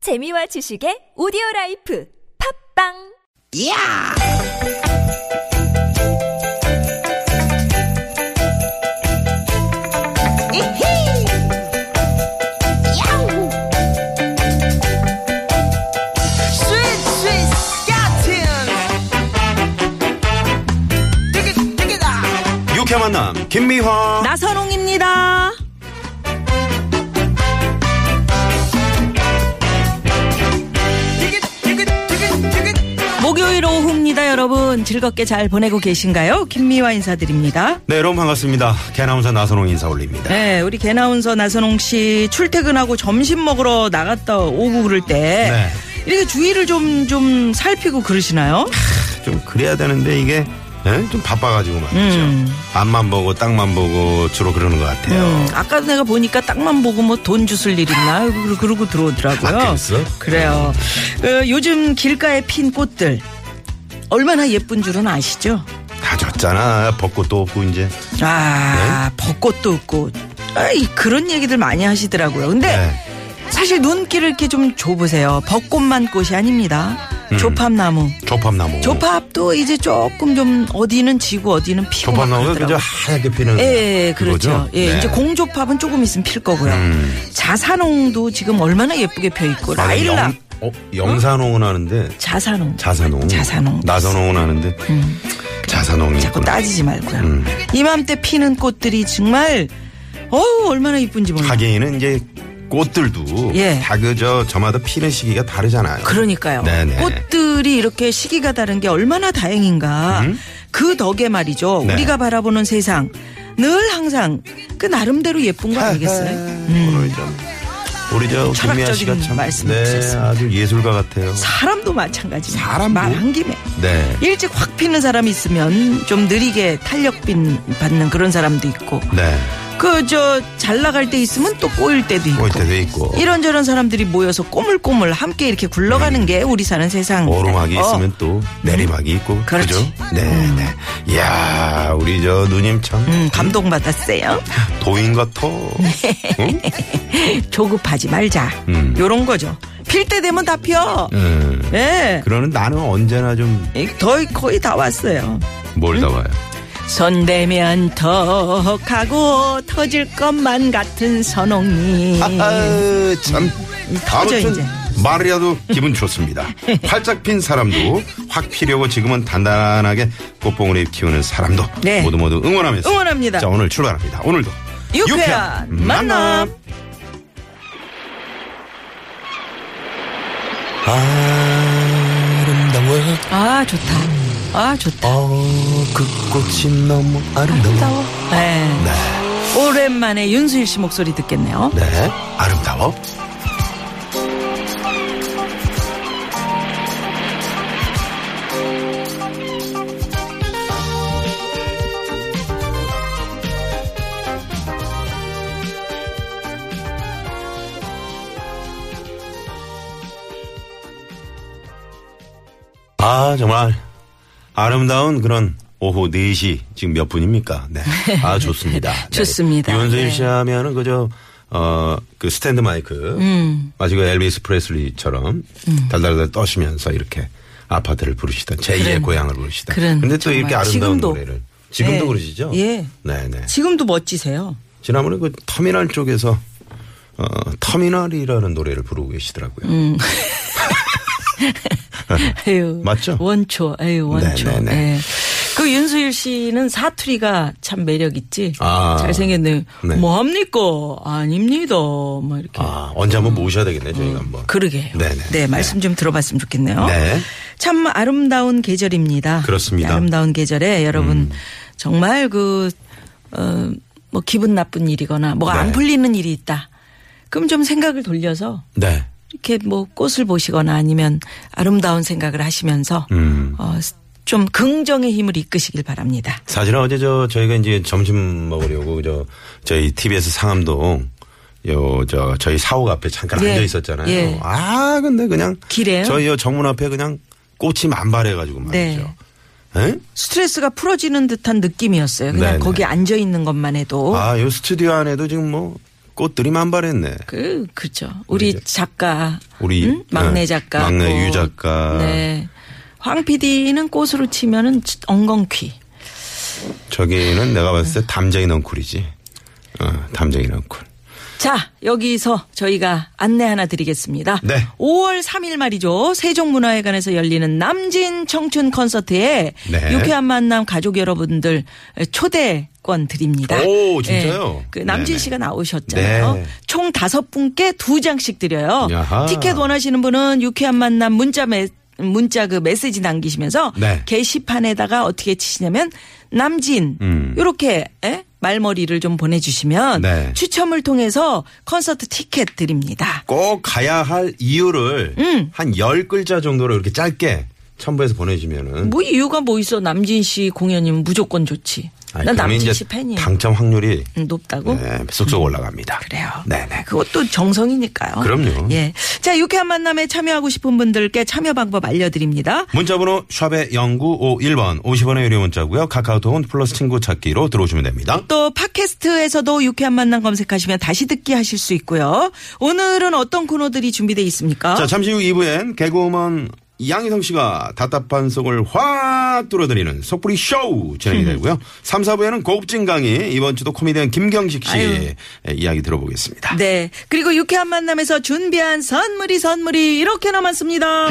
재미와 지식의 오디오 라이프 팝빵 이야! 이히! 야우! 스윗, 스윗, 스카틴! 띠기, 띠기다! 유쾌 만남 김미화 나선홍입니다. 띠기, 띠기, 띠기, 띠기. 목요일 오후입니다, 여러분. 즐겁게 잘 보내고 계신가요? 김미화 인사드립니다. 네 여러분 반갑습니다 개나운서 나선홍 인사 올립니다 네, 우리 개나운서 나선홍 씨 출퇴근하고 점심 먹으러 나갔다 오고 그럴 때 네. 이렇게 주위를 좀, 좀 살피고 그러시나요? 좀 그래야 되는데 이게 예? 좀 바빠가지고 말이죠 음. 앞만 보고 땅만 보고 주로 그러는 것 같아요 음, 아까 내가 보니까 땅만 보고 뭐 돈 주술 일 있나? 그러- 그러고 들어오더라고요. 아, 그랬어? 음. 그래요. 어, 요즘 길가에 핀 꽃들 얼마나 예쁜 줄은 아시죠? 다 졌잖아 벚꽃도 없고 이제 아, 네. 벚꽃도 없고. 아이, 그런 얘기들 많이 하시더라고요. 근데 네. 사실 눈길을 이렇게 좀 줘보세요. 벚꽃만 꽃이 아닙니다. 음. 조팝나무. 조팝나무 조팝도 이제 조금 좀 어디는 지고 어디는 피고. 막 조팝나무가 그러더라고요. 그저 하얗게 피는 예, 예, 그렇죠. 그거죠? 예, 네. 이제 공조팝은 조금 있으면 필 거고요. 음. 자산홍도 지금 얼마나 예쁘게 펴 있고 아, 그 라일락, 영, 어, 영산홍은 하는데 자산홍, 자산홍 자산홍. 음. 나선홍은 하는데 자산홍이 자꾸 있구나 따지지 말고요. 음. 이맘때 피는 꽃들이 정말 어우 얼마나 이쁜지 몰라. 하기에는 이제 꽃들도 음. 예. 다 그저 저마다 피는 시기가 다르잖아요 그러니까요. 네네. 꽃들이 이렇게 시기가 다른 게 얼마나 다행인가. 그 덕에 말이죠. 음? 네. 우리가 바라보는 세상 늘 항상 그 나름대로 예쁜 거 아니겠어요? 음. 음. 오늘 좀 우리 저 김미아 씨가 철학적인 참 말씀을 네, 주셨습니다. 아주 예술가 같아요. 사람도 마찬가지고 사람도? 말한 김에 네. 일찍 확 피는 사람이 있으면 좀 느리게 탄력빈 받는 그런 사람도 있고 네. 그 저 잘 나갈 때 있으면 또 꼬일 때도 있고 꼬일 때도 있고. 이런저런 사람들이 모여서 꼬물꼬물 함께 이렇게 굴러가는 게 우리 사는 세상 음. 오르막이 있으면 또 내리막이 있고. 어. 음. 그렇지. 죠 네, 네. 이야, 우리 저 누님 참. 음, 네. 감동 받았어요. 도인 같아. 응? 조급하지 말자. 음. 요런 거죠. 필 때 되면 다 펴. 음. 예. 그러는 나는 언제나 이 거의 거의 다 왔어요. 좀 뭘 음. 다 와요. 손대면 턱하고 터질 것만 같은 선홍이. 아, 아, 참. 아무튼 터져, 예. 이제. 말이라도 기분 좋습니다. 활짝 핀 사람도 확 피려고 지금은 단단하게 꽃봉오리 키우는 사람도 네. 모두 모두 응원하면서 응원합니다. 자 오늘 출발합니다. 오늘도 유쾌한 만남. 아름다워 아 좋다. 아 좋다. 어그 꽃이 너무 아름다워. 예. 네, 오랜만에 윤수일 씨 목소리 듣겠네요. 네 아름다워. 아, 정말 아름다운 그런 오후 4시 지금 몇 분입니까? 네. 아, 좋습니다. 네. 좋습니다. 윤수일 네. 씨 하면은 그저 어, 그 스탠드 마이크. 음. 마치 그 엘비스 프레슬리처럼 달달달 떠시면서 이렇게 아파트를 부르시던 제2의 고향을 부르시던. 그런, 근데 또 이렇게 정말. 아름다운 지금도. 노래를 지금도 네. 그러시죠? 예. 네, 네. 지금도 멋지세요. 지난번에 그 터미널 쪽에서 어, 터미널이라는 노래를 부르고 계시더라고요. 음. 에휴, 맞죠? 원초, 에휴, 원초. 네, 네, 네. 예. 그 윤수일 씨는 사투리가 참 매력 있지. 아. 잘생겼네. 네. 뭐합니까? 아닙니다. 막 이렇게. 아, 언제 한번 모셔야 되겠네, 저희가 한번. 그러게요. 네네. 네, 말씀 좀 들어봤으면 좋겠네요. 네. 참 아름다운 계절입니다. 그렇습니다. 음. 아름다운 계절에 여러분 정말 그, 어, 뭐 기분 나쁜 일이거나 뭐가 안 네. 풀리는 일이 있다. 그럼 좀 생각을 돌려서 네. 이렇게 뭐 꽃을 보시거나 아니면 아름다운 생각을 하시면서 음. 어, 좀 긍정의 힘을 이끄시길 바랍니다. 사실은 어제 저 저희가 이제 점심 먹으려고 저 저희 TBS 상암동 요 저 저희 사옥 앞에 잠깐 예. 앉아 있었잖아요. 예. 아 근데 그냥 길에요? 네. 저희 요 정문 앞에 그냥 꽃이 만발해 가지고 말이죠. 예? 에? 스트레스가 풀어지는 듯한 느낌이었어요. 그냥 네네. 거기 앉아 있는 것만 해도 아요 스튜디오 안에도 지금 뭐 꽃들이 만발했네. 그 그렇죠. 우리 작가, 우리 응? 막내 네, 작가, 막내 꽃. 유 작가. 네. 황 PD는 꽃으로 치면은 치- 엉겅퀴. 저기는 내가 봤을 때 담쟁이 넝쿨이지. 어, 담쟁이 넝쿨. 자, 여기서 저희가 안내 하나 드리겠습니다. 네. 5월 3일 말이죠. 세종문화회관에서 열리는 남진 청춘 콘서트에 네. 유쾌한 만남 가족 여러분들 초대권 드립니다. 오, 진짜요? 예, 그 남진 네네. 씨가 나오셨잖아요. 네. 총 다섯 분께 두 장씩 드려요. 야하. 티켓 원하시는 분은 유쾌한 만남 문자 메 문자 그 메시지 남기시면서 네. 게시판에다가 어떻게 치시냐면 남진 음. 요렇게 예? 말머리를 좀 보내주시면 네. 추첨을 통해서 콘서트 티켓 드립니다. 꼭 가야 할 이유를 음. 한 열 글자 정도로 이렇게 짧게 첨부해서 보내주면은 뭐 이유가 뭐 있어? 남진 씨 공연이면 무조건 좋지. 아니, 난 그러면 남진 이제 씨 팬이에요. 당첨 확률이 음, 높다고? 네, 쏙쏙 올라갑니다. 그래요. 네네. 그것도 정성이니까요. 그럼요. 예. 자, 유쾌한 만남에 참여하고 싶은 분들께 참여 방법 알려드립니다. 문자번호 샵의 0951번 50원의 유료 문자고요. 카카오톡은 플러스 친구 찾기로 들어오시면 됩니다. 또 팟캐스트에서도 유쾌한 만남 검색하시면 다시 듣기 하실 수 있고요. 오늘은 어떤 코너들이 준비돼 있습니까? 자 잠시 후 2부엔 개그우먼 양희성 씨가 답답한 속을 확 뚫어드리는 속풀이 쇼 진행이 되고요. 3, 4부에는 고급진 강의 이번 주도 코미디언 김경식 씨의 이야기 들어보겠습니다. 네. 그리고 유쾌한 만남에서 준비한 선물이 선물이 이렇게 남았습니다.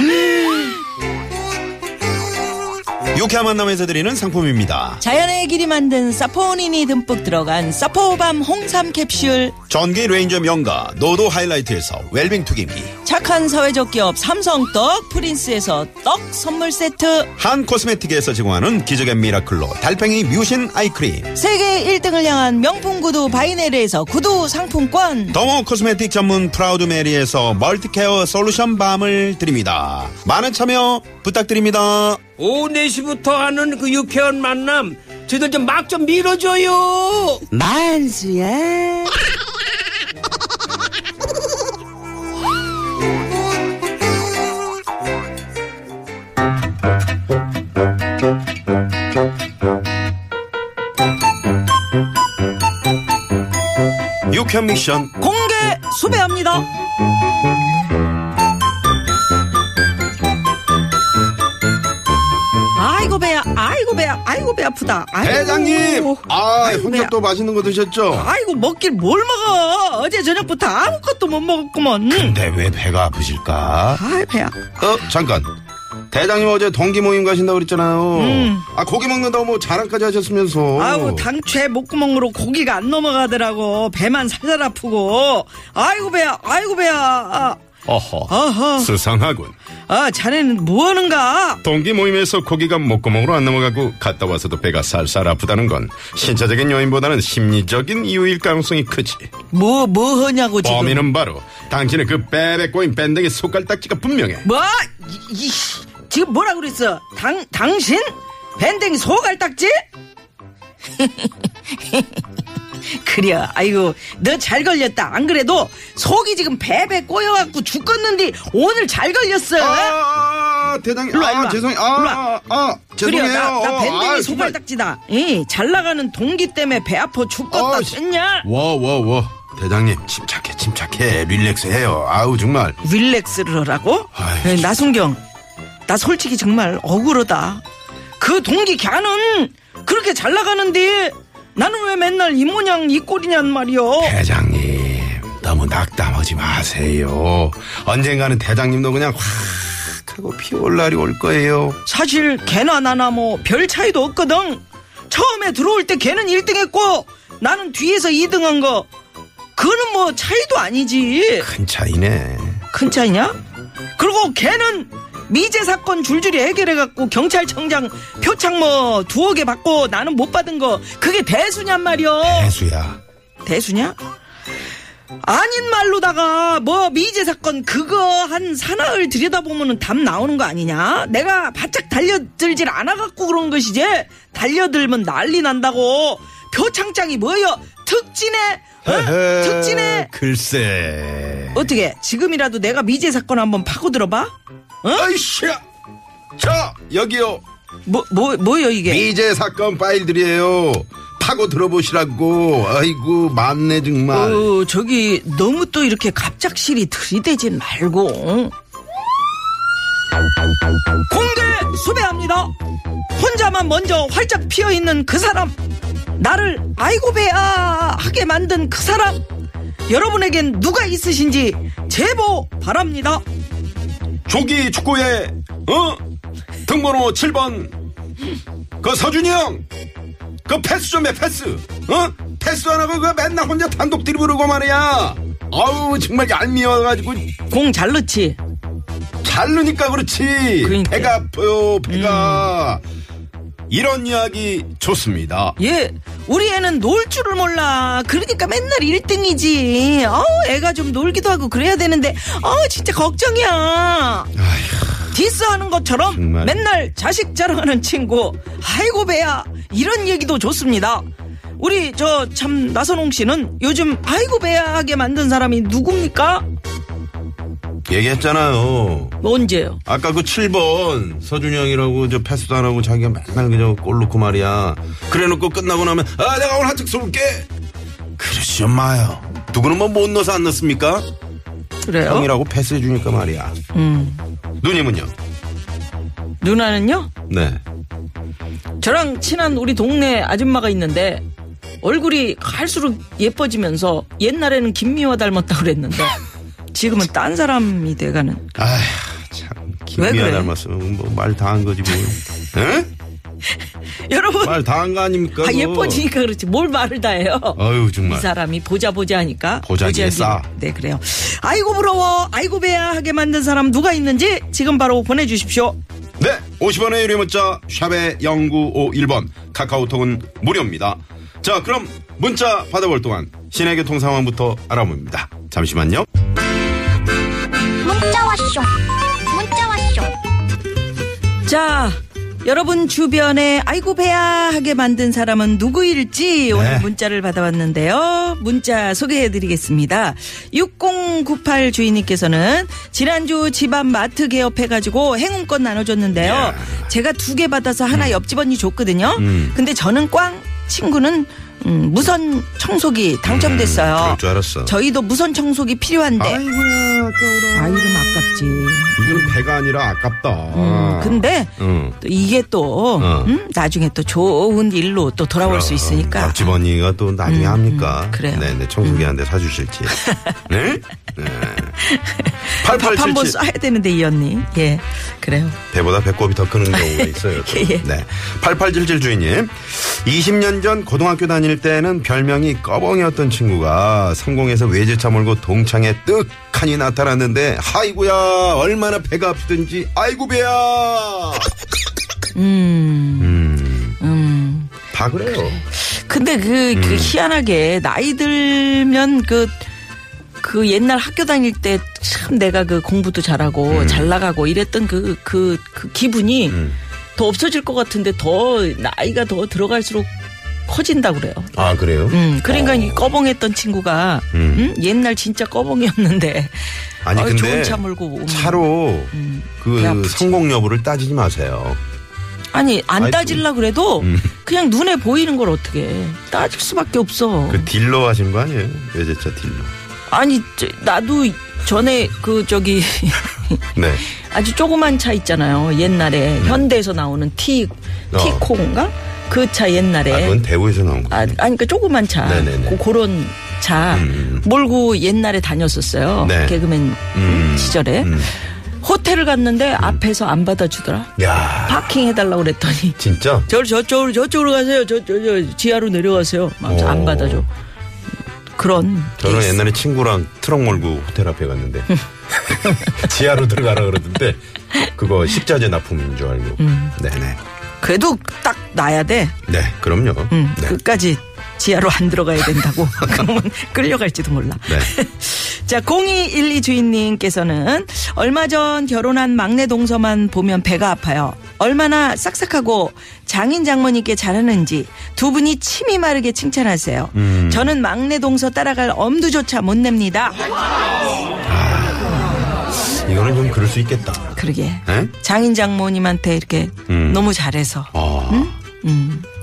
유쾌한 만남에서 드리는 상품입니다. 자연의 길이 만든 사포닌이 듬뿍 들어간 사포밤 홍삼 캡슐 전기 레인저 명가 노도 하이라이트에서 웰빙 투기미 착한 사회적 기업 삼성떡 프린스에서 떡 선물 세트 한 코스메틱에서 제공하는 기적의 미라클로 달팽이 뮤신 아이크림 세계 1등을 향한 명품 구두 바이네르에서 구두 상품권 더모 코스메틱 전문 프라우드 메리에서 멀티케어 솔루션 밤을 드립니다. 많은 참여 부탁드립니다. 오후 4시부터 하는 그 유쾌한 만남 저희들 좀 막 좀 밀어줘요 만수야 유캔 미션 공개 수배합니다 아이고 배야 아이고 배야 아이고 배 아프다 아이고. 대장님! 아, 아이고, 혼잡도 맛있는 거 드셨죠? 아이고 먹길 뭘 먹어 어제 저녁부터 아무것도 못 먹었구먼 음. 근데 왜 배가 아프실까? 아이 배야 어, 잠깐. 대장님 어제 동기 모임 가신다고 그랬잖아요. 아, 고기 먹는다고 뭐 자랑까지 하셨으면서. 음. 아우 당최 목구멍으로 고기가 안 넘어가더라고 배만 살살 아프고 아이고 배야 아이고 배야 아, 어허. 어허 수상하군. 아 자네는 뭐하는가 동기 모임에서 고기가 목구멍으로 안 넘어가고 갔다 와서도 배가 살살 아프다는 건 신체적인 요인보다는 심리적인 이유일 가능성이 크지. 뭐 뭐하냐고 지금 범인은 바로 당신의 그 빼백고인 밴댕이 손가락딱지가 분명해. 뭐 이, 이, 지금 뭐라 그랬어 당 당신 밴댕이 소갈딱지 그래 아이고 너 잘 걸렸다 안 그래도 속이 지금 베베 꼬여갖고 죽겠는데 오늘 잘 걸렸어 아, 대장님. 일로 와, 일로 아, 와. 죄송해요. 일로 아, 와. 아, 아, 죄송해요. 그래 나, 나 아, 밴댕이 정말. 소갈딱지다. 이, 잘 나가는 동기 때문에 배 아파 죽겠다 어, 됐냐? 와, 와, 와. 대장님, 침착해, 침착해. 릴렉스 해요. 아우, 정말. 릴렉스를 하라고? 아이, 예, 나순경, 나 솔직히 정말 억울하다. 그 동기 걔는 그렇게 잘 나가는데 나는 왜 맨날 이 모양 이 꼴이냔 말이여. 대장님, 너무 낙담하지 마세요. 언젠가는 대장님도 그냥 확 하고 피올 날이 올 거예요. 사실 걔나 나나 뭐 별 차이도 없거든. 처음에 들어올 때 걔는 1등 했고 나는 뒤에서 2등 한 거. 그거는 뭐 차이도 아니지. 큰 차이네. 큰 차이냐? 그리고 걔는 미제 사건 줄줄이 해결해갖고 경찰청장 표창 뭐 두억 개 받고 나는 못 받은 거 그게 대수냔 말이여 해수야. 대수냐? 아닌 말로다가 뭐 미제 사건 그거 한 사나흘 들여다보면은 답 나오는 거 아니냐? 내가 바짝 달려들질 않아갖고 그런 것이지 달려들면 난리 난다고 표창장이 뭐여 특진해 어? 헤헤, 특진해 글쎄. 어떻게 지금이라도 내가 미제 사건 한번 파고들어봐? 아이씨야. 자, 여기요. 뭐, 뭐, 뭐요, 이게? 미제 사건 파일들이에요. 파고 들어보시라고. 아이고, 많네, 정말. 어, 저기 너무 또 이렇게 갑작스리 들이대진 말고 공개 수배합니다 혼자만 먼저 활짝 피어있는 그 사람 나를 아이고 배야 하게 만든 그 사람 여러분에겐 누가 있으신지 제보 바랍니다 조기 축구에, 어? 등번호 7번. 그 서준이 형. 그 패스 좀 해, 패스. 어? 패스 안 하고 그 맨날 혼자 단독 드리블하고 말이야. 아우, 정말 얄미워가지고. 공 잘 넣지 잘르니까 그렇지. 그러니까. 배가 아파요, 배가. 음. 이런 이야기 좋습니다. 예, 우리 애는 놀 줄을 몰라. 그러니까 맨날 1등이지. 어우, 애가 좀 놀기도 하고 그래야 되는데, 어우, 진짜 걱정이야. 디스하는 것처럼 정말. 맨날 자식 자랑하는 친구. 아이고, 배야. 이런 얘기도 좋습니다. 우리 저 참 나선홍 씨는 요즘 아이고 배야 하게 만든 사람이 누굽니까? 얘기했잖아요. 언제요? 아까 그 7번 서준이 형이라고 저 패스도 안 하고 자기가 맨날 그저 골 넣고 말이야. 그래 놓고 끝나고 나면 아 내가 오늘 한턱 쏠게. 그러시죠 마요. 누구는 뭐 못 넣어서 안 넣습니까? 그래요? 형이라고 패스해 주니까 말이야. 누님은요? 음. 누나는요? 네. 저랑 친한 우리 동네 아줌마가 있는데 얼굴이 갈수록 예뻐지면서 옛날에는 김미화 닮았다 그랬는데 지금은 딴 사람이 돼가는 아휴 참 왜 김미아 그래? 닮았으면 뭐 말 다 한 거지 뭐. 여러분 말 다 한 거 아닙니까? 아, 그거? 예뻐지니까 그렇지 뭘 말을 다 해요 아유 어, 정말. 이 사람이 보자 보자 하니까 보자기에 보자기. 싸. 네 그래요 아이고 부러워 아이고 배야 하게 만든 사람 누가 있는지 지금 바로 보내주십시오 네, 50원의 유리 문자 샵의 0951번 카카오톡은 무료입니다. 자, 그럼 문자 받아볼 동안 시내 교통 상황부터 알아봅니다. 잠시만요. 음, 문자 왔쇼 문자 왔쇼 자, 여러분 주변에 아이고 배야 하게 만든 사람은 누구일지 네. 오늘 문자를 받아왔는데요. 문자 소개해드리겠습니다. 6098 주인님께서는 지난주 집안 마트 개업해가지고 행운권 나눠줬는데요. 제가 두 개 받아서 음. 하나 옆집 언니 줬거든요. 근데 저는 꽝 친구는 음, 무선 청소기 당첨됐어요. 음, 그럴 줄 알았어. 저희도 무선 청소기 필요한데 아, 아이고야, 아까워라. 이름 아깝지. 이건 배가 아니라 아깝다. 음, 근데 응. 또 이게 또 어. 음, 나중에 또 좋은 일로 또 돌아올 수 있으니까 음, 옆집 언니가 또 나중에 합니까? 그래요. 음. 네네, 청소기한테 사주실지. 네? 네. 밥 한 번 8877. 쏴야 되는데 이 언니 예 그래요 배보다 배꼽이 더 크는 경우가 있어요. 또. 예. 네. 8877 주인님. 20년 전 고등학교 다닐 때는 별명이 꺼벙이었던 친구가 상공에서 외제차 몰고 동창에 뜨하니 나타났는데 아이고야 얼마나 배가 아프든지 아이고 배야. 음. 다 그래요. 근데 그, 음. 그 희한하게 나이 들면 그 그 옛날 학교 다닐 때 참 내가 그 공부도 잘하고 음. 잘 나가고 이랬던 그 그 그 기분이 더 없어질 것 같은데 더 나이가 더 들어갈수록 커진다 그래요. 아 그래요? 음, 그러니까 이 꺼벙했던 친구가 음. 음? 옛날 진짜 꺼벙이었는데 아니 아유, 근데 좋은 차 몰고 오면. 음. 차로 배 그 아프지. 성공 여부를 따지지 마세요. 아니 안 아이고. 따질라 그래도 음. 그냥 눈에 보이는 걸 어떻게 따질 수밖에 없어. 그 딜러 하신 거 아니에요? 외제차 딜러. 아니 저, 나도 전에 그 저기 네. 아주 조그만 차 있잖아요. 옛날에 현대에서 나오는 티 음. 어. 티콩인가 그 차 옛날에 아, 그건 대우에서 나온 거예요. 아, 아니, 그러니까 조그만 차. 네네네. 고, 그런 차 음. 몰고 옛날에 다녔었어요. 네. 개그맨 음. 시절에. 음. 호텔을 갔는데 앞에서 안 받아주더라. 야 파킹 해달라고 그랬더니 진짜? 저 저쪽으로 저쪽으로 가세요. 저, 저, 저 지하로 내려가세요. 막안 오. 받아줘. 그런 저는 게 있- 옛날에 친구랑 트럭 몰고 호텔 앞에 갔는데 지하로 들어가라 그러던데 그거 식자재 납품인 줄 알고 음. 네네 그래도 딱 놔야 돼. 네 그럼요 음, 네. 끝까지 지하로 안 들어가야 된다고. 그러면 끌려갈지도 몰라. 네. 자, 0212 주인님께서는 얼마 전 결혼한 막내 동서만 보면 배가 아파요. 얼마나 싹싹하고 장인 장모님께 잘하는지 두 분이 침이 마르게 칭찬하세요. 음. 저는 막내 동서 따라갈 엄두조차 못 냅니다. 이거는 좀 그럴 수 있겠다 네? 그러게. 에? 장인 장모님한테 이렇게 음. 음. 너무 잘해서 어.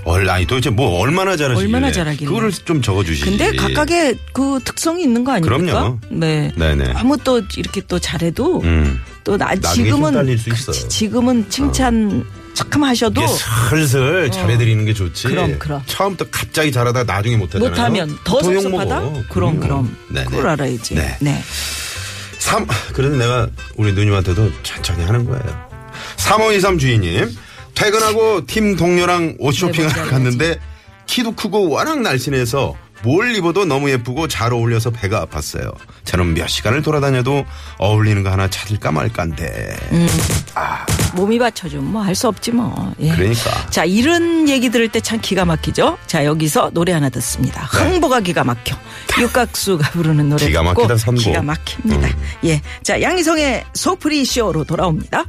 얼, 아니 도대체 뭐 얼마나 잘하시길래 얼마나 잘하길래. 그거를 좀 적어주시지. 근데 각각의 그 특성이 있는 거 아닙니까? 예. 그럼요. 네. 네네. 아무 또 이렇게 또 잘해도 음. 또 나, 나중에 지금은 휘날릴 수 있어. 그렇지, 지금은 칭찬 참 하셔도 이게 슬슬 잘해드리는 게 좋지. 어. 그럼, 그럼. 처음부터 갑자기 잘하다 가 나중에 못하잖아요. 그 못하면 더 도용 섭섭하다? 먹어. 그럼 그럼 네네. 그걸 알아야지. 네. 네. 삼, 그래서 내가 우리 누님한테도 천천히 하는 거예요. 3523 주인님, 퇴근하고 팀 동료랑 옷 쇼핑을 맞아요, 갔는데 키도 크고 워낙 날씬해서 뭘 입어도 너무 예쁘고 잘 어울려서 배가 아팠어요. 저는 몇 시간을 돌아다녀도 어울리는 거 하나 찾을까 말까인데. 몸이 받쳐주면 뭐 할 수 없지 뭐. 예. 그러니까. 자 이런 얘기 들을 때 참 기가 막히죠. 자 여기서 노래 하나 듣습니다. 흥보가 기가 막혀. 육각수가 부르는 노래 네. 기가 듣고 막히다, 선곡. 기가 막힙니다. 예. 자 양희성의 소프리 쇼로 돌아옵니다.